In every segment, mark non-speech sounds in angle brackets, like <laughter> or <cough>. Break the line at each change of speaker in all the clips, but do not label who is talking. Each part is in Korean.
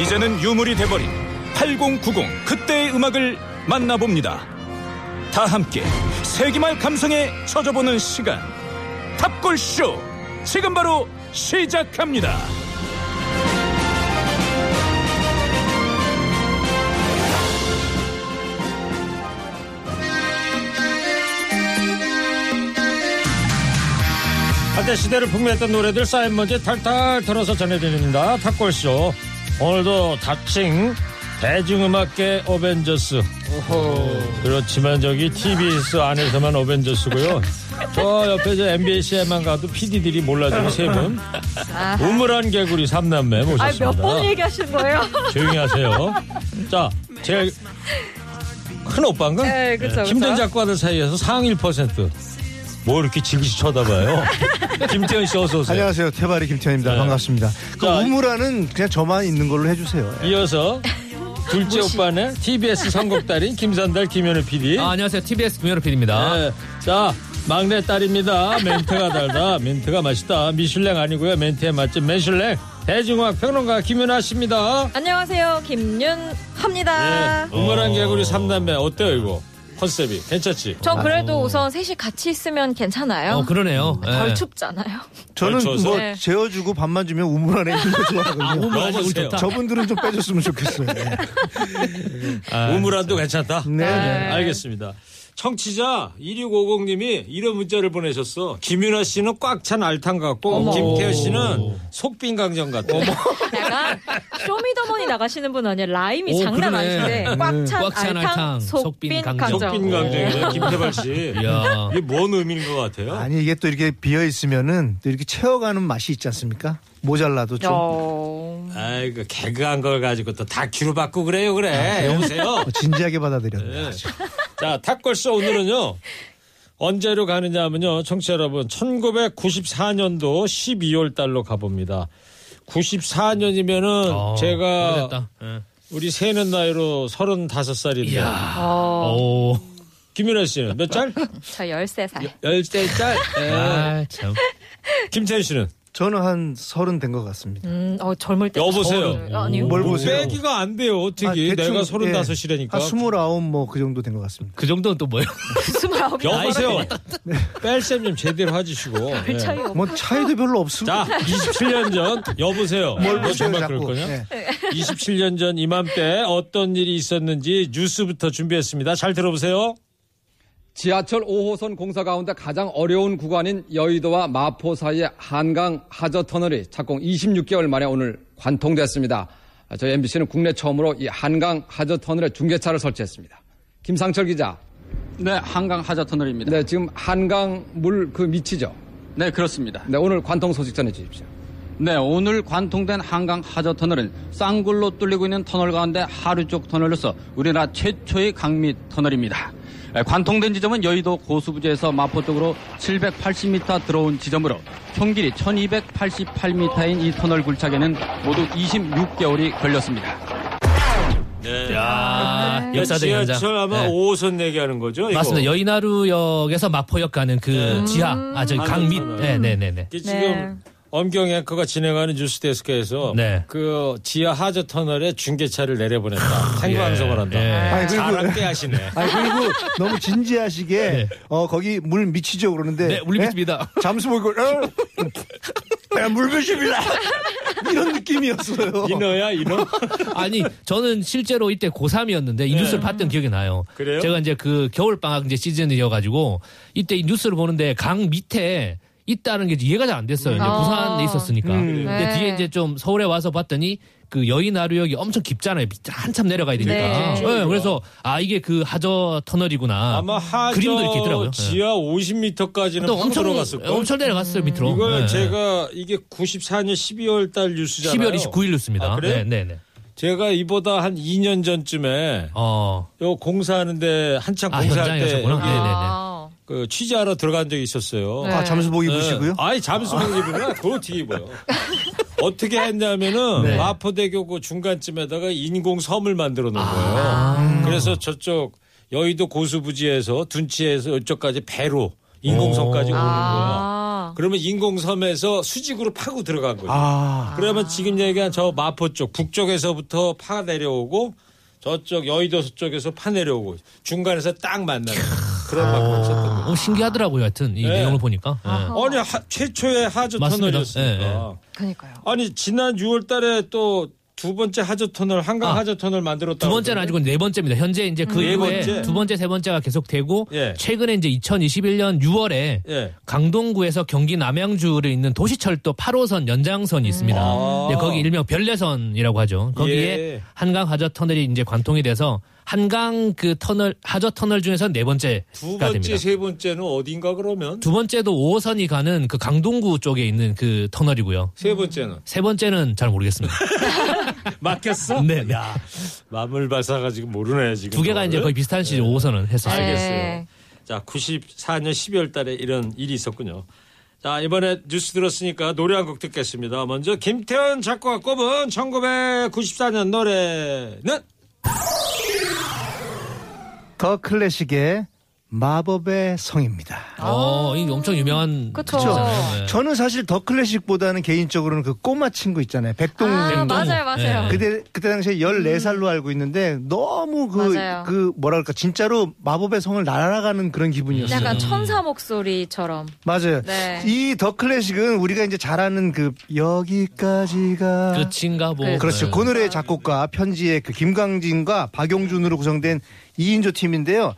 이제는 유물이 돼버린 8090 그때의 음악을 만나봅니다. 다 함께 세기말 감성에 젖어보는 시간. 탑골쇼! 지금 바로 시작합니다.
한때 시대를 풍미했던 노래들 쌓인 먼지 탈탈 털어서 전해드립니다 탁골쇼 오늘도 다칭 대중음악계 어벤져스 그렇지만 저기 TBS 안에서만 어벤져스고요 저 옆에 저 MBC에만 가도 PD들이 몰라주는 세분 우물한 개구리 삼남매 모셨습니다
아, 몇 번 얘기하시는 거예요?
조용히 하세요 자 제일 큰 오빠인가?
네, 그쵸, 그쵸.
힘든 작가들 사이에서 상위 1%뭐 이렇게 질기시 쳐다봐요
<laughs>
김태현 씨 어서 오세요
안녕하세요. 태바리 김태현입니다.
네.
반갑습니다. 그
자,
우물안은 그냥 저만 있는 걸로 해주세요.
이어서 둘째 오빠는 TBS 선곡달인 김산달 김현우 PD
네.
아, 안녕하세요. TBS 김현우 PD입니다.
네. 자 막내 딸입니다 멘트가 달다 멘트가 맛있다 미슐랭 아니고요 멘트에 맛집 맨슐랭 대중음악 평론가 김연아 씨입니다
안녕하세요,
네.
김윤합니다.
우물한 개구리 삼남매 어때요 이거 컨셉이 괜찮지?
전 그래도 우선 셋이 같이 있으면 괜찮아요.
어, 그러네요.
덜
예.
춥잖아요.
저는
걸쳐서?
뭐
네.
재워주고 밥만 주면 우물안에 있는 걸
<laughs>
좋아하거든요.
우물 아주
좋다.
저분들은 좀 빼줬으면 좋겠어요. 네.
아,
우물안도 괜찮다.
네.
알겠습니다. 청취자 2650님이 이런 문자를 보내셨어. 김윤아 씨는 꽉 찬 알탕 같고 김태현 씨는 속빈강정 같고.
약간 쇼미더머니 나가시는 분 아니에요? 라임이
오,
장난
그러네.
아닌데
음.
꽉 찬
꽉찬
알탕,
알탕,
속빈
속빈
강정.
속빈강정이에요. 김태발 씨.
<laughs> 예.
<laughs>
이야.
이게 뭔 의미인 것 네. 같아요?
아니 이게 또 이렇게 비어 있으면은 또 이렇게 채워가는 맛이 있지 않습니까? 모자라도 좀
어.
아이고 개그한 걸 가지고 또 다큐로 받고 그래요 아, 그래. 여보세요.
진지하게
네.
받아들였네.
자, 탁골쇼 오늘은요. 언제로 가느냐 하면요. 청취자 여러분, 1994년도 12월 달로 가봅니다. 94년이면은
어,
제가 네.
오래됐다. 예.
우리 세는 나이로 35살인데.
오.
김윤아 씨는 몇
<laughs>
살?
저 13살.
13살.
아, 참.
김찬희 씨는
저는 한 서른 된 것 같습니다.
음, 어, 젊을 때.
여보세요.
어, 아니요.
뭘 보세요?
빼기가 안 돼요. 어떻게.
아, 대충,
내가
예,
35이라니까.
한 스물아홉 뭐 그 정도 된 것 같습니다.
그 정도는 또 뭐예요?
스물아홉
여보세요.
네.
뺄셈 좀 제대로 해주시고.
아,
예.
차이 없
뭐 차이도 별로 없습니다.
자, 27년 전 여보세요.
뭘
너
보세요
정말 그럴
자꾸.
거냐?
네.
27년 전 이맘때 어떤 일이 있었는지 뉴스부터 준비했습니다. 잘 들어보세요.
지하철 5호선 공사 가운데 가장 어려운 구간인 여의도와 마포 사이의 한강 하저 터널이 착공 26개월 만에 오늘 관통됐습니다. 아, 저희 MBC는 국내 처음으로 이 한강 하저 터널에 중계차를 설치했습니다. 김상철 기자.
네, 한강 하자 터널입니다. 네,
네, 지금 한강 물 그 밑이죠.
그렇습니다.
네, 오늘 관통 소식 전해 주십시오.
네, 오늘 관통된 한강 하자 터널은 쌍굴로 뚫리고 있는 터널 가운데 하류 쪽 터널로서 우리나라 최초의 강미 터널입니다. 에, 관통된 지점은 여의도 고수부지에서 마포 쪽으로 780m 들어온 지점으로 총 길이 1288m인 이 터널 굴착에는 모두 26개월이 걸렸습니다.
야, 아, 역사적 현장.
아, 지하철 아마
예.
5호선 얘기하는 거죠? 이거? 네.
맞습니다. 여의나루역에서 마포역 가는 그 지하, 아, 저기 강 밑.
음.
네, 네, 네, 네.
이게 지금 엄경 앵커가 진행하는 뉴스 데스크에서
네.
그 지하 하저 터널에 중계차를 내려보냈다. 생방송을 한다.
아, 예.
아니, 그리고-
잘한게 하시네.
<laughs>
아니 그리고 너무 진지하시게 어 거기 물 미치죠 그러는데
네, 물
예?
미칩니다.
잠수 보고 어? 물미칩니다 이런 느낌이었어요.
이너야 이너?
아니, 저는 실제로 이때 고3이었는데 이 뉴스를 봤던 기억이 나요.
네. 음. 그래요?
제가 이제 그 겨울방학 이제 시즌이어가지고 이때 이 뉴스를 보는데 강 밑에 있다는 게 이해가 잘 안 됐어요. 이제
음.
아.
부산에 있었으니까. 근데
네.
뒤에 이제 좀 서울에 와서 봤더니 그 여인 하류역이 엄청 깊잖아요. 밑- 한참 내려가야 되니까.
네.
예, 그래서 아 이게 그 하저 터널이구나.
아마 하저
그림도 이렇게 있더라고요. 예.
지하 50m까지는
또
확
엄청
들어갔을 거예요.
엄청 내려갔어요 밑으로.
이걸
예.
제가 이게 94년 12월 달 뉴스잖아요.
12월 29일 뉴스입니다.
아, 그래요?
네, 네, 네.
제가 이보다 한 2년 전쯤에
어.
요 공사하는데 한창
아,
공사할
현장에
때
가셨구나.
여기
네, 네, 네.
아.
그 취재하러 들어간 적이
예.
있었어요.
아, 잠수복 입으시고요?
네. 아니 잠수복 입으면 그걸 어떻게
<laughs>
입어요? 어떻게 했냐면은
네.
마포대교 그 중간쯤에다가 인공 섬을 만들어 놓은 거예요.
아. 음.
그래서 저쪽 여의도 고수부지에서 둔치에서 이쪽까지 배로 인공섬까지 오는 거예요.
아.
그러면 인공섬에서 수직으로 파고 들어간 거예요.
아,
그러면 지금 얘기한 저 마포 쪽 북쪽에서부터 파 내려오고 저쪽 여의도 쪽에서 파 내려오고 중간에서 딱 만나는
아.
그런 방법이 있었던 거예요.
어, 신기하더라고요. 하여튼 이
네.
내용을 보니까. 예.
아니 하- 최초의 하저
맞습니다.
터널이었으니까.
예, 예.
그니까요.
아니 지난 6월달에 또 두 번째 하저 터널 한강
아,
하저 터널 만들었다.
두 번째는 아니고 네 번째입니다. 현재 이제 그
네
이후에
번째.
두 번째, 세 번째가 계속되고
예.
최근에 이제 2021년 6월에
예.
강동구에서 경기 남양주를 잇는 도시철도 8호선 연장선이 있습니다.
아.
네, 거기 일명 별내선이라고 하죠. 거기에
예.
한강 하저 터널이 이제 관통이 돼서 한강 그 터널 하저 터널 중에서 네
두
번째가
번째
됩니다.
세 번째는 어딘가 그러면
두 번째도 5호선이 가는 그 강동구 쪽에 있는 그 터널이고요.
세
<laughs>
번째는
세 번째는 잘
<laughs>
모르겠습니다.
맞겠어?
네.
야 마물바사가 지금 모르네 지금.
두 개가
그거를. 예.
이제 거의 비슷한 시즌 5호선은 했었어요.
알겠어요. 자 94년 12월 달에 이런 일이 있었군요. 자 이번에 뉴스 들었으니까 노래 한 곡 듣겠습니다. 먼저 김태현 작가가 꼽은 1994년 노래는
더 클래식의 마법의 성입니다. 그렇죠?
어, 이 엄청 유명한
그쵸. 어.
곡이잖아요. 네.
저는 사실 더 클래식보다는 개인적으로는 그 꼬마 친구 있잖아요. 백동.
아,
백동.
맞아요, 맞아요.
네.
음.
그때 그때 당시에 14살로 알고 있는데 너무 그
맞아요.
그 뭐라 그럴까 진짜로 마법의 성을 날아가는 그런 기분이었어요.
약간 천사 목소리처럼.
맞아요.
네.
이 더 클래식은 우리가 이제 잘 아는 그 여기까지가
끝인가 뭐.
네.
그렇죠.
네.
그 노래의 작곡가 편지의 그 김강진과 박용준으로 구성된 2인조 팀인데요.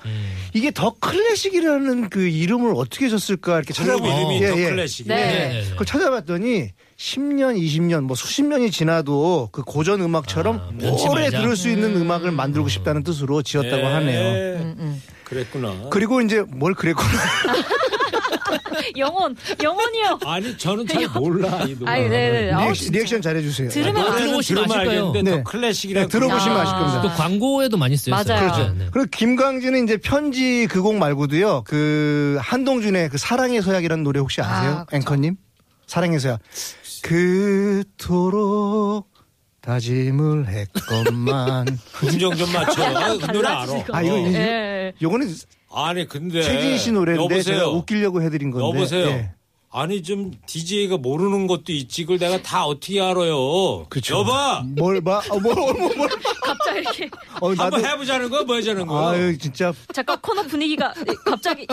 이게 더 클래식이라는 그 이름을 어떻게 줬을까 이렇게
그룹
찾아보
이름이
예,
더
예.
클래식이.
네.
네, 네.
그걸 찾아봤더니 10년, 20년, 뭐 수십 년이 지나도 그 고전 음악처럼
아, 변치
오래
말자.
들을 수 있는 음악을 만들고 싶다는 뜻으로 지었다고 하네요.
예. 그랬구나.
그리고 이제 뭘 그랬구나.
영혼, 영혼이요.
아니 저는 잘 몰라 이 노래.
아이, 네, 네. 아우,
리액션, 리액션 잘해주세요.
들으면
아,
안
들어보시면 아실 거예요.
알겠는데
네.
더 클래식이라고
네, 들어보시면
아.
아실 겁니다.
또 광고에도 많이 쓰였어요.
맞아요. 그렇죠.
네, 네.
그리고 김광진은 이제 편지 그 곡 말고도요. 그 한동준의 그 사랑의 서약이라는 노래 혹시 아세요?
아, 그쵸.
앵커님? 사랑의 서약. 그토록 다짐을 했건만.
<laughs> 음정 좀
<laughs>
맞춰. 아, 그 노래 알아.
아 이거
예.
이-
예.
요거는
아니 근데
최진희 씨 노래인데
네. 여보세요.
제가 웃기려고 해드린 건데.
여보세요.
예.
아니 좀 DJ가 모르는 것도 있지 그걸 내가 다 어떻게 알아요.
그쵸.
여봐
뭘 봐? 어, 뭘, 뭘, 뭘, 뭘.
갑자기 이렇게. 아,
어, 나도.
한번 해보자는 거 뭐 하자는 거.
아유 진짜.
잠깐 코너 분위기가 갑자기.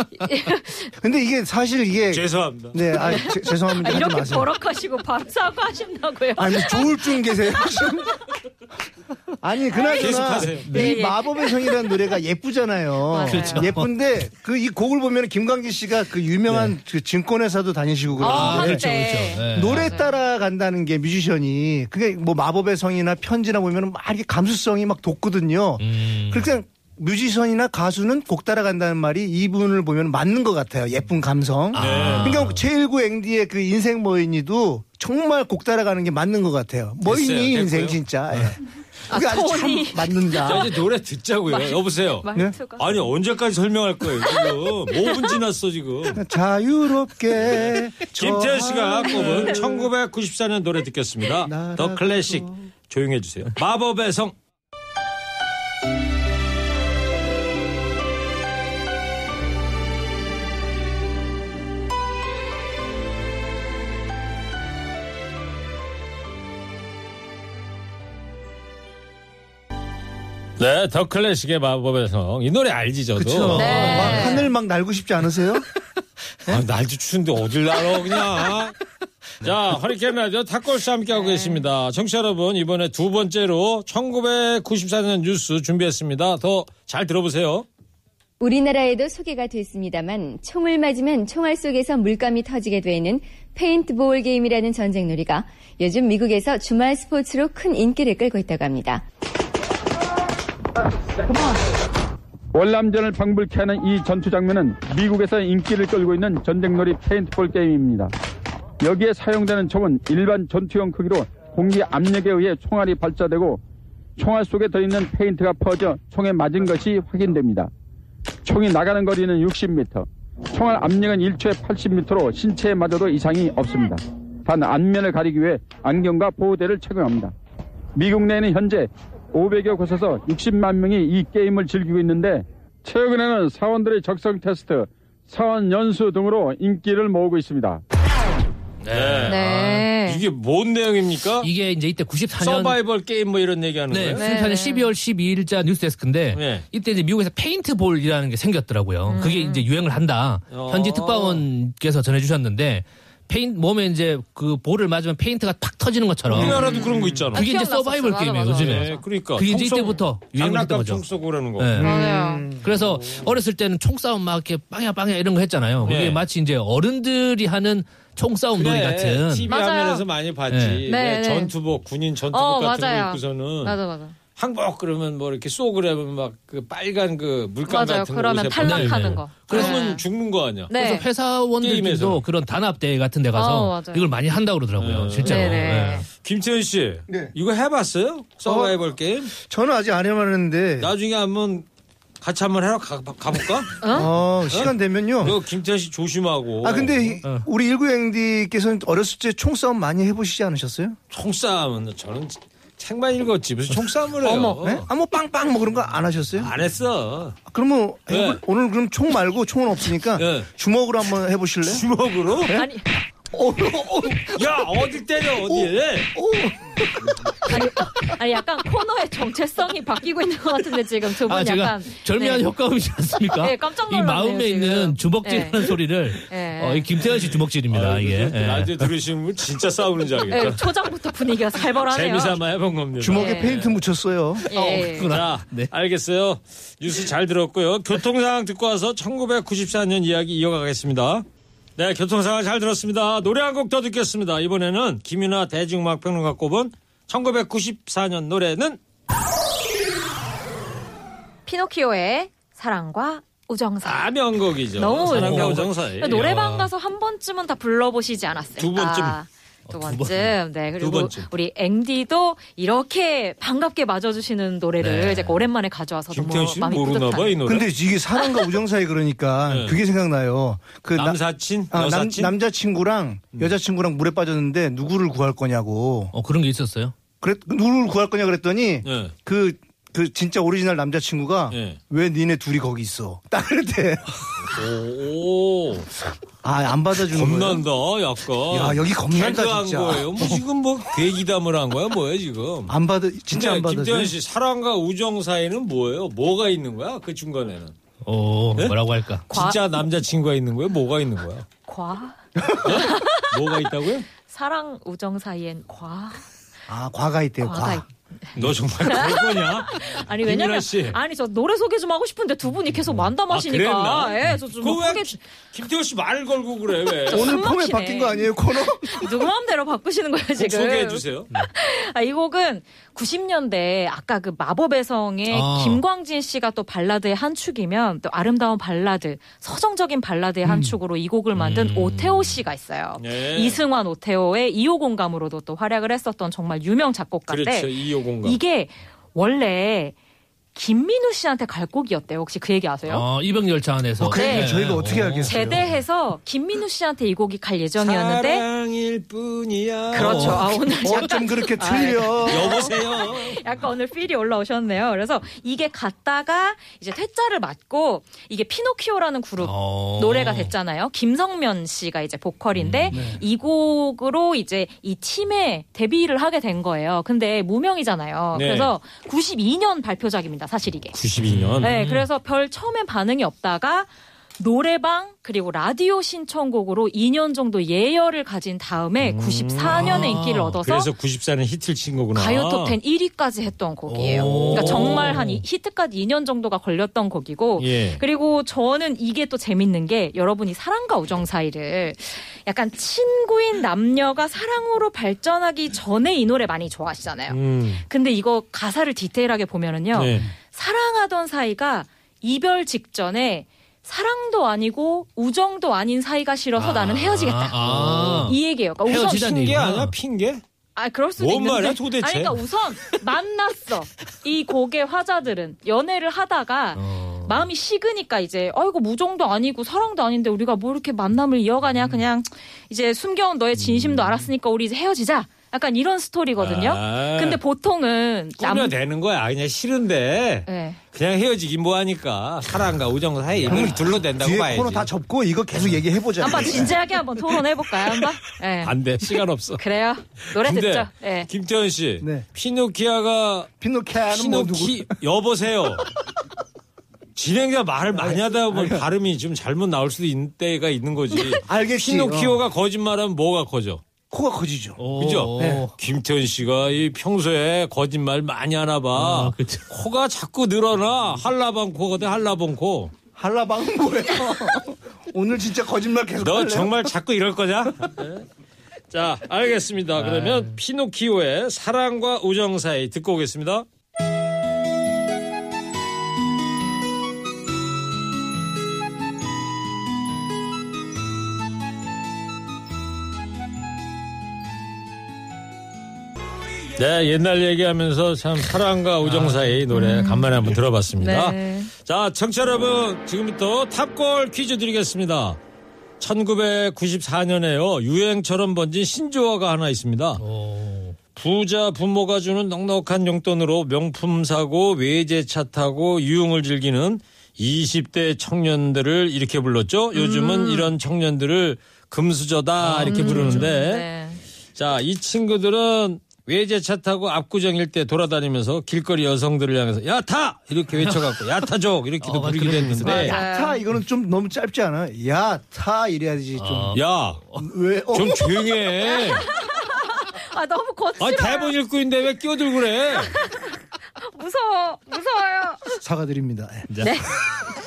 근데 이게 사실 이게.
죄송합니다.
네, 아 제- 죄송합니다.
아,
하지
이렇게
마세요.
버럭하시고 바로 사과하신다고요.
<laughs> 아니 뭐 좋을 줄 계세요. 지금? <laughs> 아니 그나저나
계속하세요.
이
네, 예.
마법의 성이라는 노래가 예쁘잖아요. <laughs>
맞아요. 그렇죠.
예쁜데 그 이 곡을 보면 김광진 씨가 그 유명한
네.
그 증권회사도 다니시고
아,
그러는데
그렇죠, 그렇죠.
네.
노래 따라간다는 게 뮤지션이 그게 뭐 마법의 성이나 편지나 보면 막 이렇게 감수성이 막 돋거든요.
음.
그러니까 뮤지션이나 가수는 곡 따라간다는 말이 이분을 보면 맞는 것 같아요. 예쁜 감성.
아.
그러니까 제1구 앵디의 그 인생 머인이도 정말 곡 따라가는 게 맞는 것 같아요.
됐어요.
머인이
됐고요. 네.
인생 진짜. 예. 그게 아, 주참
토니.
맞는다.
<laughs>
자 이제 노래 듣자고요. 여보세요.
네?
말투가.
아니 언제까지 설명할 거예요
<laughs>
지금 5분 지났어 지금.
자유롭게.
<laughs> 김태현
저
씨가
하늘.
꼽은 1994년 노래 듣겠습니다. 더
아, 네. 나라고.
클래식 조용해 주세요. 마법의 성. 네, 더 클래식의 마법의 성. 이 노래 알지 저도.
그쵸.
네.
막 하늘 막 날고 싶지 않으세요?
아, 날도 추운데 어딜 날아 그냥. 자, 허리케인 라디오 탁골씨 함께하고 계십니다. 청취자 여러분, 이번에 두 번째로 1994년 뉴스 준비했습니다. 더 잘 들어보세요.
<laughs> 우리나라에도 소개가 됐습니다만 총을 맞으면 총알 속에서 물감이 터지게 되는 페인트볼 게임이라는 전쟁놀이가 요즘 미국에서 주말 스포츠로 큰 인기를 끌고 있다고 합니다.
월남전을 방불케 하는 이 전투 장면은 미국에서 인기를 끌고 있는 전쟁놀이 페인트볼 게임입니다. 여기에 사용되는 총은 일반 전투용 크기로 공기 압력에 의해 총알이 발사되고 총알 속에 들어있는 페인트가 퍼져 총에 맞은 것이 확인됩니다. 총이 나가는 거리는 60m, 총알 압력은 1초에 80m로 신체에 맞아도 이상이 없습니다. 단 안면을 가리기 위해 안경과 보호대를 착용합니다. 미국 내에는 현재 500여 곳에서 60만 명이 이 게임을 즐기고 있는데 최근에는 사원들의 적성 테스트, 사원 연수 등으로 인기를 모으고 있니다
네.
네.
이게 뭔 내용입니까?
이게 이제 이때 94년
서바이벌 게임 뭐 이런 얘기 하는
네,
거예요?
94년 12월 12일자 뉴스데스크인데
네.
이때 이제 미국에서 페인트볼이라는 게 생겼더라고요. 그게 이제 유행을 한다.
어.
현지 특파원께서 전해주셨는데 페인 몸에 이제 그 볼을 맞으면 페인트가 팍 터지는 것처럼.
우리나라도 그런 거 있잖아.
그게 이제 서바이벌 게임이에요 요즘에.
네, 그러니까.
그게 이제
총 쏘-
이때부터 유행을 했던
장난감
거죠.
총 쏘고 그러는 거.
네.
맞아요.
그래서 어렸을 때는 총싸움 막 이렇게 빵야 빵야 이런 거 했잖아요. 그게
네.
마치 이제 어른들이 하는 총싸움 놀이 같은.
TV 화면에서 많이 봤지.
네.
왜
네, 네.
전투복, 군인 전투복
어,
같은
맞아요.
거 입고서는
맞아 맞아.
항복 그러면 뭐 이렇게 쏘고 그러면 막 그 빨간 그 물감
맞아요.
같은 거
그러면
옷에
탈락하는
보내요.
거.
그러면
네.
죽는 거 아니야.
네.
그래서 회사원들도
게임에서. 어.
그런 단합대회 같은 데
어,
가서
맞아요.
이걸 많이 한다고 그러더라고요. 실제로. 네.
김채현 씨,
네.
이거 해봤어요? 서바이벌 게임?
저는 아직 안 해봤는데.
나중에 한번 같이 한번 해러 가, 가볼까?
어, 시간 되면요.
이거 김채현 씨 조심하고.
아 근데
어.
우리 일구행디께서는 어렸을 때 총싸움 많이 해보시지 않으셨어요?
총싸움은 저는 책만 읽었지 무슨 총싸움을 해요? 어.
네? 아뭐 빵빵 뭐 그런 거 안 하셨어요?
안 했어.
그러면
네.
해볼- 오늘 그럼 총 말고 총은 없으니까 주먹으로 한번 해보실래요?
주먹으로?
아니. 어, 어,
야 어딜 때려 어딜?
아니, 아니 약간 코너의 정체성이 바뀌고 있는 것 같은데 지금 두 분
아, 제가
약간
절묘한
네.
효과음이지 않습니까?
<laughs> 네, 깜짝
이
놀랐네요,
마음에
지금.
있는 주먹질하는
네.
소리를
네.
어, 이 김태현 씨 주먹질입니다. 이게. 예.
아, 라디오 들으시는 분 진짜 싸우는 줄
네,
알겠다.
초장부터 분위기가 살벌하네요.
재미삼아 해본 겁니다.
주먹에
예.
페인트 묻혔어요.
예.
자, 알겠어요. 뉴스 잘 들었고요. 교통 상황 듣고 와서 1994년 이야기 이어가겠습니다. 네, 교통 상황 잘 들었습니다. 노래 한 곡 더 듣겠습니다. 이번에는 김윤아 대중음악 평론가 꼽은 1994년 노래는
피노키오의 사랑과 우정사.
아, 명곡이죠.
너무
사랑과
명곡.
우정사에.
노래방 가서 한 번쯤은 다 불러보시지 않았을까.
두 번쯤.
두 번쯤. 네. 그리고
두 번쯤.
우리 앵디도 이렇게 반갑게 맞아주시는 노래를
네.
제가 그 오랜만에 가져와서 너무 마음이 뿌듯한.
근데 이게 사랑과 우정 사이 그러니까 그게 생각나요. 그 나-
네. 남사친?
아, 남,
여사친? 음.
남자친구랑 여자친구랑 물에 빠졌는데 누구를 구할 거냐고.
어, 그런 게 있었어요?
그랬, 누구를 구할 거냐 그랬더니
네.
그, 그 진짜 오리지널 남자친구가
예.
왜 니네 둘이 거기 있어? 딱 그랬대.
오.
아, 안 받아주는 거예요?
겁난다, 약간.
야, 여기 겁난다,
개그한
진짜.
거예요. 뭐 지금 뭐 괴기담을 한 거야, 뭐예요, 지금?
안 받아, 진짜 안 받아줘요?
김태현 씨, 사랑과 우정 사이는 뭐예요? 뭐가 있는 거야? 그 중간에는.
어,
네?
뭐라고 할까?
진짜 남자친구가 있는 거예요? 뭐가 있는 거야?
과.
뭐가 있다고요?
사랑 우정 사이엔 과.
아, 과가 있대요, 과.
과가 있-
너
<laughs>
정말 그거냐?
아니 왜냐면
김윤아 씨. 음.
아니 저 노래 소개 좀 하고 싶은데 두 분이 계속 만담하시니까
아, 그랬나?
예, 저좀
그거 왜 김태현 씨 말을 걸고 그래, 왜?
오늘 폼에 바뀐 거 아니에요, <laughs>
코너?
누구 마음대로 바꾸시는 거예요
곡
지금?
소개해 주세요.
아, 이 곡은 90년대 아까 그 마법의 성의
아.
김광진 씨가 또 발라드의 한 축이면 또 아름다운 발라드, 서정적인 발라드의 한 축으로 이 곡을 만든 오태호 씨가 있어요.
네.
이승환 오태호의 2호 공감으로도 또 활약을 했었던 정말 유명 작곡가인데
그렇죠, 2호 공감.
이게 원래 김민우 씨한테 갈 곡이었대요. 혹시 그 얘기 아세요?
어, 이병열차 안에서. 네. 어.
제대해서 김민우 씨한테 이 곡이 갈 예정이었는데
사랑일 뿐이야.
그렇죠. 아, 오늘
어, 좀 그렇게
아,
틀려.
네.
여보세요.
약간 오늘 필이 올라오셨네요. 그래서 이게 갔다가 이제 퇴짜를 맞고 이게 피노키오라는 그룹
어.
어.
노래가 됐잖아요. 김성면 씨가 이제 보컬인데
음, 네.
이 곡으로 이제 이 팀에 데뷔를 하게 된 거예요. 근데 무명이잖아요.
네.
그래서 92년 발표작입니다. 사실 이게.
92년.
네, 그래서 별 처음엔 반응이 없다가 노래방 그리고 라디오 신청곡으로 2년 정도 예열을 가진 다음에 94년에 인기를 얻어서
아, 그래서 94년 히트를 친 거구나.
가요톱 10 1위까지 했던 곡이에요. 그러니까 정말 한 이- 히트까지 2년 정도가 걸렸던 곡이고
예.
그리고 저는 이게 또 재밌는 게 여러분이 사랑과 우정 사이를 약간 친구인 남녀가 사랑으로 발전하기 전에 이 노래 많이 좋아하시잖아요.
음.
근데 이거 가사를 디테일하게 보면은요.
네.
사랑하던 사이가 이별 직전에 사랑도 아니고 우정도 아닌 사이가 싫어서 나는 헤어지겠다.
아.
이 얘기예요. 그러니까 우선
핑계 아니야 핑계?
아 그럴 수도
뭔
있는데
말이야, 도대체?
아니 그러니까 우선 만났어 이 곡의 화자들은 연애를 하다가
어.
마음이 식으니까 이제 아이고 무정도 아니고 사랑도 아닌데 우리가 뭐 이렇게
음.
만남을 이어가냐 그냥 이제 숨겨온 너의 진심도 알았으니까 우리 이제 헤어지자 약간 이런 스토리거든요
아.
근데 보통은
꾸며 되는 거야. 아, 그냥 싫은데
네.
그냥 헤어지긴 뭐하니까 사랑과 우정 사이 이걸 둘로 된다고
네. 뒤에
봐야지. 음.
코너 다 접고 이거 계속 얘기해 보자. 그러니까.
한번 진지하게 한번 토론해볼까요 한번 예.
네. 안 돼. 시간 없어.
그래요 <laughs> 노래
근데
듣죠 예.
김태현 씨, 피노키아가
피노키아는 네. 뭐
피노키
<laughs>
여보세요. 진행자 말을 많이 하다 보면 발음이 좀 잘못 나올 수도 있는 때가 있는 거지.
<laughs> 알겠지. 어.
피노키오가 거짓말하면 뭐가 커져?
코가 커지죠.
그죠?
네.
김태현 씨가 이 평소에 거짓말 많이 하나
아,
봐. 코가 자꾸 늘어나. 한라방 코가 돼, 한라봉 코.
한라방은 뭐예요? <laughs> 오늘 진짜 거짓말 계속
너
할래요?
정말 자꾸 이럴 거냐? 아. 네. 자, 알겠습니다. 그러면 피노키오의 사랑과 우정 사이 듣고 오겠습니다. 네, 옛날 얘기하면서 참 사랑과 우정 사이 노래 간만에 한번 들어봤습니다.
네.
자, 청취자 여러분, 지금부터 탑골 퀴즈 드리겠습니다. 1994년에요. 유행처럼 번진 신조어가 하나 있습니다. 부자 부모가 주는 넉넉한 용돈으로 명품 사고 외제차 타고 유흥을 즐기는 20대 청년들을 이렇게 불렀죠. 요즘은 이런 청년들을 금수저다 이렇게
그렇죠.
부르는데
네.
자, 이 친구들은 외제차 타고 압구정일 때 돌아다니면서 길거리 여성들을 향해서 야타 이렇게 외쳐갖고 야타족 이렇게도 부르기도 했는데
네.
야타 이거는 좀 너무 짧지 않아? 야타 이래야지 좀. 어?
야, 좀 조용해.
아 너무 거칠어
아 대본 읽고 있는데 왜 끼어들고 그래?
무서워 무서워요
사과드립니다. 예.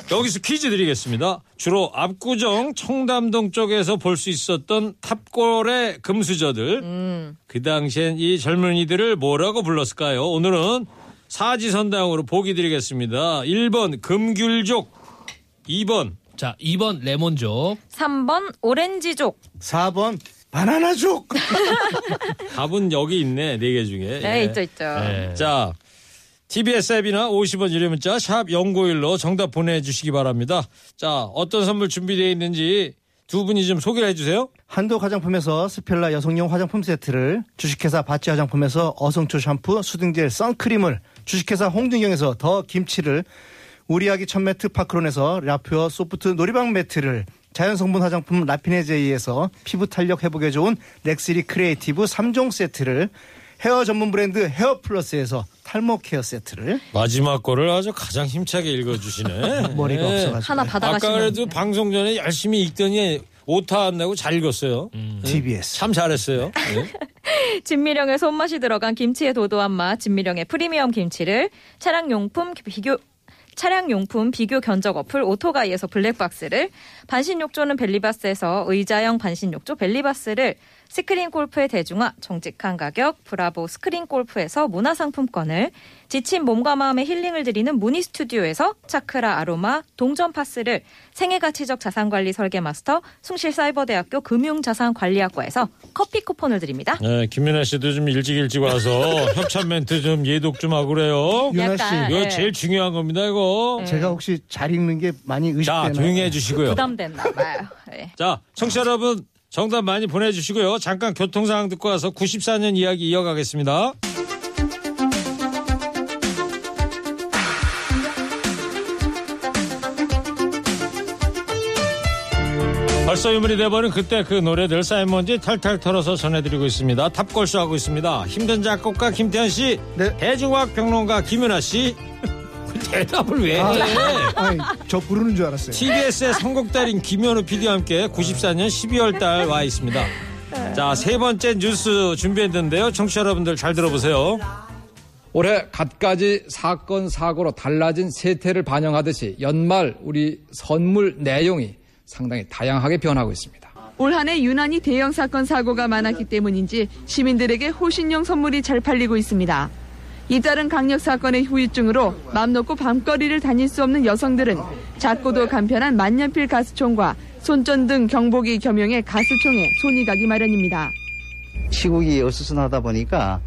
자, 여기서 퀴즈 드리겠습니다. 주로 압구정 청담동 쪽에서 볼 수 있었던 탑골의 금수저들.
음.
그 당시엔 이 젊은이들을 뭐라고 불렀을까요? 오늘은 사지선다형으로 보기 드리겠습니다. 1번 금귤족, 2번
자, 2번 레몬족.
3번 오렌지족
4번 바나나족.
답은 여기 있네, 네 개 중에.
네,
예.
있죠, 있죠. 네.
자, TBS 앱이나 50원 유료 문자 샵 091로 정답 보내주시기 바랍니다. 자, 어떤 선물 준비되어 있는지 두 분이 좀 소개를 해주세요.
<laughs> 한독 화장품에서 스펠라 여성용 화장품 세트를 주식회사 바찌 화장품에서 어성초 샴푸, 수딩젤 선크림을 주식회사 홍진경에서 더 김치를 우리 아기 천매트 파크론에서 라퓨어 소프트 놀이방 매트를 자연성분 화장품 라피네제이에서 피부 탄력 회복에 좋은 렉스리 크리에이티브 3종 세트를 헤어 전문 브랜드 헤어플러스에서 탈모 케어 세트를
마지막 거를 아주 가장 힘차게 <laughs> 읽어주시네. 예.
머리가 없어가지고. 하나 받아가시면
아까 그래도 방송 전에 열심히 읽더니 오타 안 내고 잘 읽었어요.
TBS.
참 잘했어요. 네.
진미령의 손맛이 들어간 김치의 도도한 맛, 진미령의 프리미엄 김치를 차량용품 비교 차량용품 비교 견적 어플 오토가이에서 블랙박스를 반신욕조는 벨리바스에서 의자형 반신욕조 벨리바스를 스크린 골프의 대중화 정직한 가격 브라보 스크린 골프에서 문화상품권을 지친 몸과 마음의 힐링을 드리는 무니 스튜디오에서 차크라 아로마 동전 파스를 생애 가치적 자산관리 설계 마스터 숭실 사이버대학교 금융자산관리학과에서 커피 쿠폰을 드립니다.
네, 김윤아 씨도 좀 일찍 일찍 <laughs> 와서 협찬 멘트 좀 예독 좀 하고 그래요.
윤아 씨. 약간,
이거
예.
제일 중요한 겁니다, 이거.
제가 혹시 잘 읽는 게 많이
자,
의식되나요?
조용히 해주시고요.
부담됐나 봐요. 네.
자, 청취자 여러분, 정답 많이 보내주시고요. 잠깐 교통상황 듣고 와서 94년 이야기 이어가겠습니다. 벌써 유물이 돼버린 그때 그 노래들 쌓인 먼지 탈탈 털어서 전해드리고 있습니다. 탑골쇼하고 있습니다. 힘든 작곡가 김태현 씨, 대중과학 평론가 김윤아 씨, 네. <laughs> 대답을 왜 해?
아, 아니, 저 부르는 줄 알았어요.
TBS의 선곡달인 김현우 PD와 함께 94년 12월 달 와 있습니다. 자, 세 번째 뉴스 준비했는데요. 청취자 여러분들 잘 들어보세요.
올해 갖가지 사건 사고로 달라진 세태를 반영하듯이 연말 우리 선물 내용이 상당히 다양하게 변하고 있습니다.
올 한해 유난히 대형 사건 사고가 많았기 때문인지 시민들에게 호신용 선물이 잘 팔리고 있습니다. 이따른 강력 사건의 후유증으로 맘 놓고 밤거리를 다닐 수 없는 여성들은 작고도 간편한 만년필 가스총과 손전등 경보기 겸용의 가스총에 손이 가기 마련입니다.
시국이 어수선하다 보니까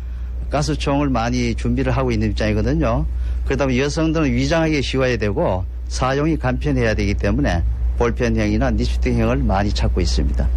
가스총을 많이 준비를 하고 있는 입장이거든요. 그러다 보면 여성들은 위장하게 쉬워야 되고 사용이 간편해야 되기 때문에 볼펜형이나 니스팅형을 많이 찾고 있습니다.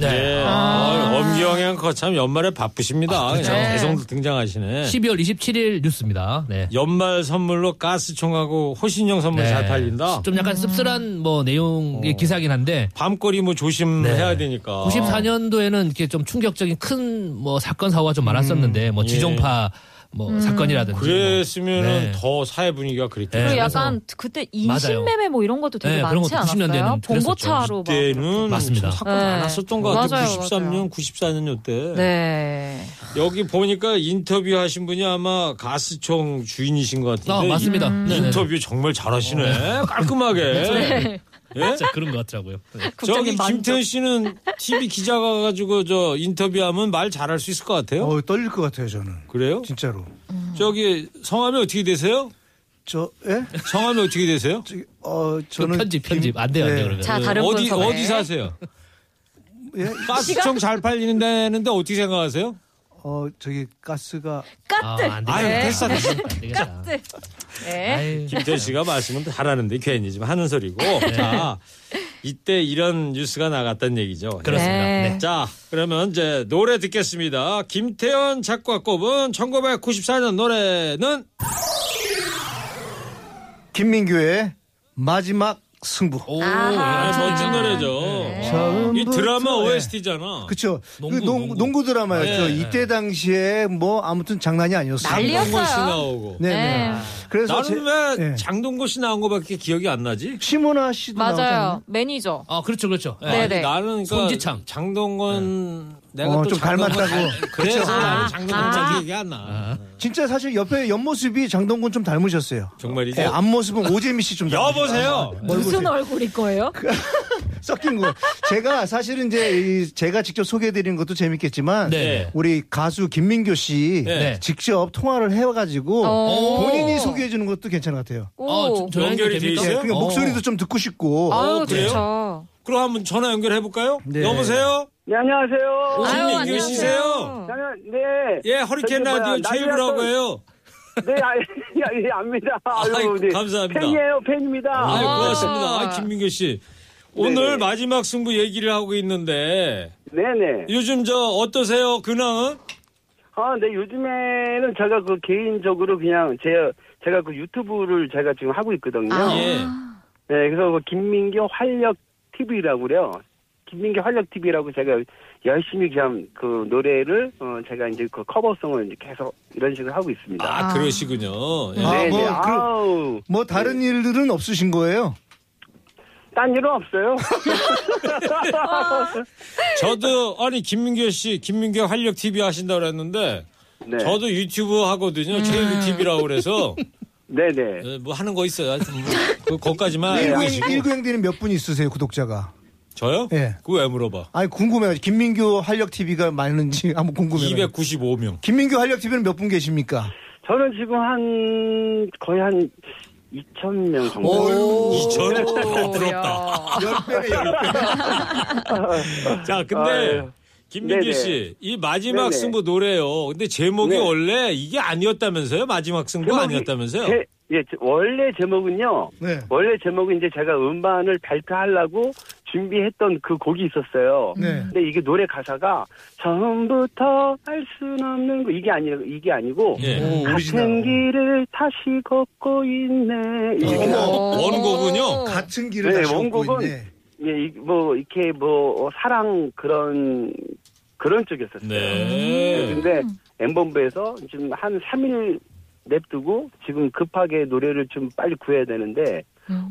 네. 엄기영양 거참 연말에 바쁘십니다.
아, 그렇죠.
그냥 계속 등장하시네.
12월 27일 뉴스입니다. 네.
연말 선물로 가스총하고 호신용 선물
네.
잘 팔린다.
좀 약간 씁쓸한 뭐 내용의 기사긴 한데
밤거리 뭐 조심해야 되니까.
네. 94년도에는 이렇게 좀 충격적인 큰 뭐 사건 사고가 좀 많았었는데 뭐
예.
지종파 뭐
음.
사건이라든지
그랬으면 은
네.
더 사회 분위기가 네, 그랬겠죠.
그리고 약간 그때 인신매매 뭐 이런 것도 되게
네, 그런
많지
것도 90 년대는
않았어요? 봉고차로 막.
그때는
맞습니다.
참 사건
네.
많았었던 것 같아요.
맞아요,
93년, 94년 요때.
네.
여기 보니까 인터뷰하신 분이 아마 가스총 주인이신 음. 것 같은데.
아, 맞습니다.
인-
네네네. 어,
인터뷰 정말 잘하시네. 깔끔하게.
네.
예?
진짜 그런 것 같더라고요. 네.
저기 김태현 씨는 TV 기자가 가지고 저 인터뷰하면 말 잘할 수 있을 것 같아요.
어, 떨릴 것 같아요, 저는.
그래요?
진짜로.
저기 성함이 어떻게 되세요?
저 예?
성함이 어떻게 되세요?
어,
저는 그 편집
편집 안 돼요, 안
네.
돼요, 그러면. 자, 아, 다른
어디 아.
분석에.
어디 사세요?
예?
가스총 잘 팔리는 데는데 어떻게 생각하세요?
어, 저기 가스가
까뜨. 아, 안 되겠다.
아유, 됐어, 됐어.
까뜨. 네.
김태현 씨가 말씀은 잘하는데 괜히 지금 하는 소리고.
네.
자, 이때 이런 뉴스가 나갔단 얘기죠.
그렇습니다. 네. 네.
자, 그러면 이제 노래 듣겠습니다. 김태현 작가 꼽은 1994년 노래는
김민규의 마지막 승부.
아, 멋진 노래죠.
네.
이 드라마 OST잖아.
그쵸. 농구, 그 농구, 농구 드라마였죠.
네.
이때 당시에 뭐 아무튼 장난이 아니었어요.
장동건 씨 나오고.
네. 네. 그래서 네.
나는 왜 장동건 씨 나온 거밖에 기억이 안 나지?
시모나 씨도
맞아요. 매니저.
아 그렇죠 그렇죠.
아니, 나는 그러니까
손지창.
장동건 내가
네, 어,
또
좀
장동건
닮았다고.
닮- 그래서
그쵸.
나는
아,
장동건
아.
잘 기억이 안 나.
진짜 사실 옆에 옆모습이 장동건 좀 닮으셨어요.
정말이죠?
예, 앞모습은 오재미 씨좀 네.
여보세요?
무슨 얼굴일 거예요?
섞인 거. 제가 사실은 이제 이 제가 직접 소개해드리는 것도 재밌겠지만
네.
우리 가수 김민교 씨
네.
직접 통화를 해가지고
오.
어.
본인이 소개해주는 것도 괜찮은 것 같아요.
어, 저- 저 연결이 돼
예,
있어요?
그러니까 목소리도 좀 듣고 싶고.
어, 그럼 한번 전화 연결해 볼까요?
네.
여보세요?
네, 안녕하세요.
어,
오신민 아유, 교수세요?
저는, 네.
예, 허리케인
저기 뭐야,
라디오 최유라고
나중에
해요.
네, 아, <laughs> 예, 예, 압니다. 아유,
아이고,
네.
감사합니다.
팬이에요, 팬입니다.
아유, 고맙습니다. 아, 김민교 씨. 오늘 마지막 승부 얘기를 하고 있는데.
네네.
요즘 저 어떠세요? 근황은?
아, 네, 요즘에는 제가 그 개인적으로 그냥 제, 제가 그 유튜브를 제가 지금 하고 있거든요.
아.
예.
네, 그래서 그 김민교 활력 TV라고 그래요. 김민교 활력 TV라고 제가 열심히 그냥 그 노래를 어, 제가 이제 그 커버송을 이제 계속 이런 식으로 하고 있습니다.
아, 그러시군요. 예.
아,
네,
뭐,
네.
그-
아우. 네.
뭐 다른 일들은 없으신 거예요?
딴 일은 없어요. <laughs>
저도, 아니, 김민교 씨, 김민교 활력 TV 하신다고 그랬는데. 저도 유튜브 하거든요.
음.
최유 TV라고 그래서.
네네.
뭐 하는 거 있어요. 하여튼 뭐, 그, 거기까지만.
일구행,
하시고.
일구행대는 몇 분 있으세요 구독자가?
저요?
예.
그거 왜 물어봐?
아니 궁금해요. 김민교 활력 TV가 많은지 한번 궁금해요.
295명.
김민교 활력 TV는 몇 분 계십니까?
저는 지금 한 거의 한 2천 명 정도.
오,
2천? 부럽다. 자,
아,
근데
예. 네네.
김민기 씨, 이 마지막
네네.
승부 노래요. 근데 제목이
네.
원래 이게 아니었다면서요? 마지막 승부
제목이-
아니었다면서요?
제- 예, 제- 원래 제목은요.
네.
원래 제목은 이제 제가 음반을 발표하려고 준비했던 그 곡이 있었어요.
네.
근데 이게 노래 가사가 처음부터 알 수는 없는 거 이게 아니 이게 아니고
예. 오,
같은
오리지널.
길을 다시 걷고 있네. 이렇게 나와요.
원곡은요?
같은
네, 원곡은 예, 이- 뭐 이렇게 뭐 어, 사랑 그런 그런 쪽이었었어요.
네.
근데 엠범부에서 지금 한 3일 냅두고 지금 급하게 노래를 좀 빨리 구해야 되는데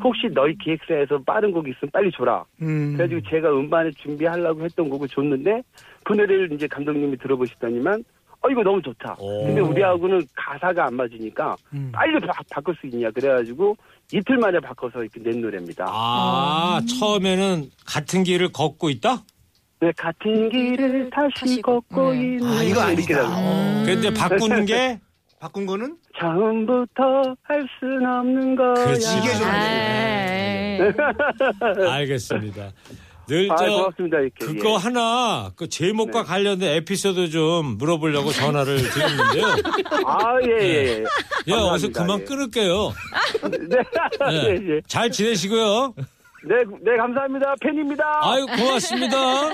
혹시 너희 기획사에서 빠른 곡 있으면 빨리 줘라.
음.
그래가지고 제가 음반을 준비하려고 했던 곡을 줬는데 그 노래를 이제 감독님이 들어보시더니만 어 이거 너무 좋다. 근데 우리하고는 가사가 안 맞으니까
음.
빨리 바, 바꿀 수 있냐 그래가지고 이틀 만에 바꿔서 이렇게 낸 노래입니다.
아, 처음에는 같은 길을 걷고 있다?
네, 같은 길을 다시 걷고 있는
아, 이거 아니다.
음.
근데 바꾸는
<laughs>
게?
바꾼 거는?
처음부터 할 순 없는 거야.
그렇지. 이게
아,
좀
네.
알겠습니다. 늘
아,
저
고맙습니다, 이렇게.
그거
예. 네.
하나 그 제목과 관련된 에피소드 좀 물어보려고 전화를 드렸는데요.
아, 예, 예.
예, 어서
감사합니다,
그만
예.
끊을게요.
<laughs> 네,
예. 잘 지내시고요.
네, 네, 감사합니다. 팬입니다.
아유, 고맙습니다.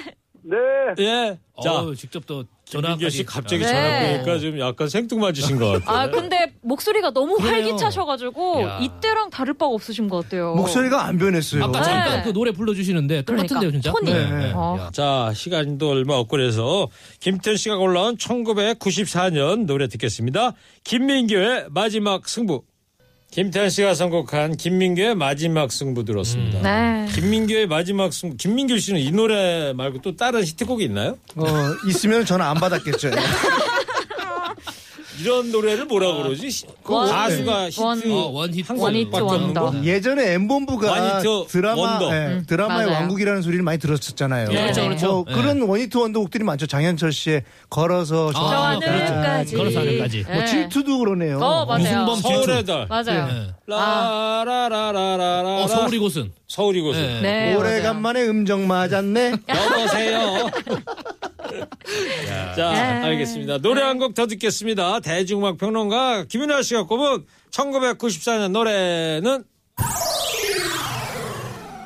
네.
예. 자,
어우, 직접 또
김민규 씨
전화까지. 아,
갑자기
네.
전화 보니까 좀 약간 생뚱맞으신 것 같아요.
아 근데 목소리가 너무 활기차셔가지고
야.
이때랑 다를 바가 없으신 것
어.
같아요.
안 변했어요.
아까
네.
잠깐 그 노래 불러주시는데 똑같은데요, 진짜?
그러니까. 톤이.
네.
어.
자, 시간도 얼마 없고 그래서 김태현 씨가 골라온 1994년 노래 듣겠습니다. 김민규의 마지막 승부. 김태현 씨가 선곡한 김민규의 마지막 승부 들었습니다.
네.
김민규의 마지막 승부. 김민규 씨는 이 노래 말고 또 다른 히트곡이 있나요?
어, 있으면 저는
<laughs>
안 받았겠죠.
이런 노래를 뭐라 아. 그러지?
원-
가수가 히트
원- 어,
원히트
원히트 예전에 엠본부가
원히트
드라마
원더.
예,
음,
드라마의
맞아요.
왕국이라는 소리를 많이 들었었잖아요.
예, 그렇죠, 그렇죠.
뭐
예.
그런 원히트 원더 곡들이 많죠. 장현철 씨의
아,
걸어서 저
하늘까지. 아, 그렇죠. 걸어서 하늘까지.
뭐
네.
예.
질투도 그러네요. 음.
어, 맞아요. 무승범
질투. 서울의 달.
맞아요.
라라라라라라.
어, 서울이
곳은.
서울이 곳은. <laughs>
네,
오래간만에 음정 맞았네.
여보세요. 자,
네.
알겠습니다. 노래 한 곡 더 듣겠습니다. 대중음악 평론가 김윤아 씨가 꼽은 1994년 노래는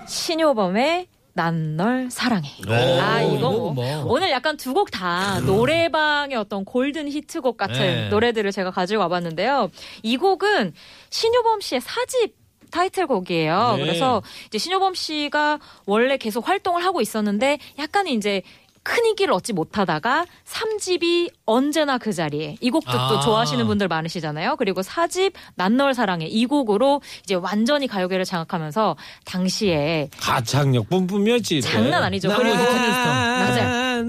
신효범의 난 널 사랑해.
오,
네.
아 이거
이거는
뭐. 음.
뭐.
오늘 약간 두 곡 다 노래방의 어떤 골든 히트곡 같은
네.
노래들을 제가 가지고 와봤는데요. 이 곡은 신효범 씨의 사집 타이틀곡이에요.
네.
그래서 이제 신효범 씨가 원래 계속 활동을 하고 있었는데 약간 이제 큰 인기를 얻지 못하다가 삼집이 언제나 그 자리에 이 곡도
아.
또 좋아하시는 분들 많으시잖아요. 그리고 사집 난널 사랑해 이 곡으로 이제 완전히 가요계를 장악하면서 당시에
가창력 뿜뿜이었지.
장난 아니죠. 그리고 네. 맞아요.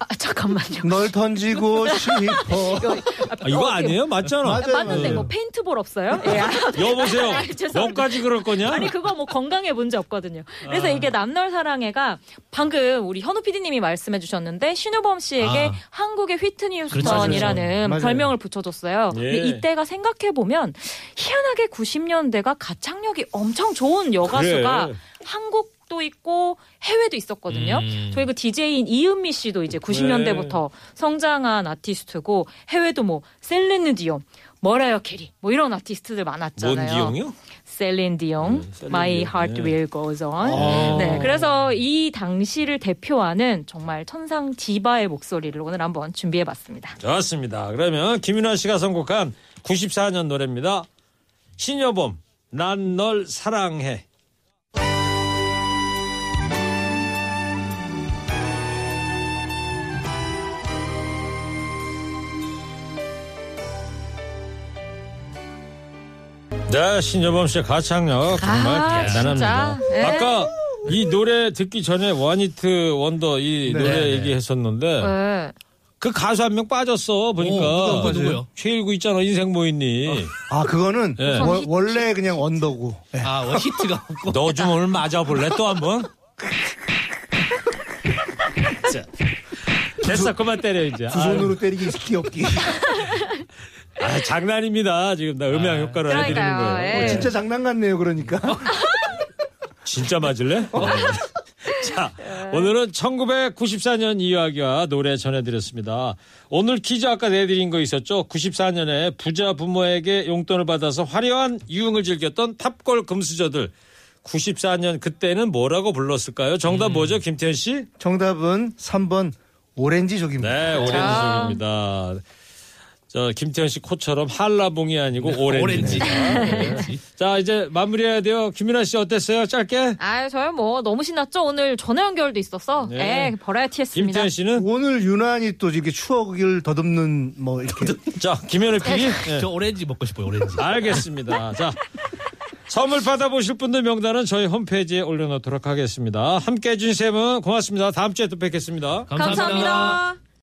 아, 잠깐만요.
널
<laughs>
던지고 싶어.
아, 이거 아니에요? 맞잖아.
맞는데 뭐 페인트볼 없어요? 예. <laughs>
여보세요.
아, 죄송합니다.
너까지 그럴 거냐?
아니 그거 뭐 건강에 문제 없거든요. 그래서
아.
이게 남널 사랑해가 방금 우리 현우 PD님이 말씀해 주셨는데 신우범 씨에게
아.
한국의 휘트니
그렇죠.
휴스턴이라는
맞아요.
별명을 붙여줬어요.
예.
근데 이때가 생각해 보면 희한하게 90년대가 가창력이 엄청 좋은 여가수가
그래.
한국 도 있고 해외도 있었거든요.
음.
저희 그 DJ인 이은미 씨도 이제 90년대부터 성장한 아티스트고 해외도 뭐 셀레느 디온, 머라이어 캐리 뭐 이런 아티스트들 많았잖아요.
뭔 디용이요?
셀린 디옹, My
디옹,
Heart
네.
Will Goes On.
아.
네, 그래서 이 당시를 대표하는 정말 천상 디바의 목소리를 오늘 한번 준비해봤습니다.
좋습니다. 그러면 김윤아 씨가 선곡한 94년 노래입니다. 신여범, 난 널 사랑해. 네, 신여범 씨의 가창력 정말
아,
대단합니다.
진짜? 예.
아까 이 노래 듣기 전에 원히트 원더 이
네.
노래
네.
얘기했었는데 그 가수 한 명 빠졌어 보니까
어, 누가 누구요?
최일구 있잖아 인생 모이니
아 그거는
예.
월- 원래 그냥 언더고.
아 히트가
어.
없고 <laughs> 너 좀 오늘 맞아볼래 또
<laughs>
한번 자, 됐어 그만 때려 이제
두
아유,
손으로 때리기 스키 없기.
아, 장난입니다 지금 나
아.
음향 효과를 해드리는 거예요
어, 진짜 장난 같네요. 그러니까. <laughs>
진짜 맞을래? 자, 오늘은 1994년 이야기와 노래 전해드렸습니다. 오늘 퀴즈 아까 내드린 거 있었죠? 94년에 부자 부모에게 용돈을 받아서 화려한 유흥을 즐겼던 탑골 금수저들. 94년 그때는 뭐라고 불렀을까요? 정답 뭐죠, 김태현 씨?
정답은 3번 오렌지족입니다.
네, 오렌지족입니다. 저 김태현 씨 코처럼 한라봉이 아니고 네, 오렌지. 자 이제 마무리해야 돼요. 김윤아 씨 어땠어요? 짧게.
아유 저요 뭐 너무 신났죠 오늘 전화 연결도 있어서
네.
네, 버라이티했습니다.
씨는
오늘 유난히 또 이렇게 추억을 더듬는 뭐 이렇게
자 김현우 PD.
네.
저
오렌지 먹고 싶어요. 오렌지. 알겠습니다. 자. 선물 받아보실 분들 명단은 저희 홈페이지에 올려놓도록 하겠습니다. 함께 해주신 세 분 고맙습니다. 다음 주에 또 뵙겠습니다
감사합니다.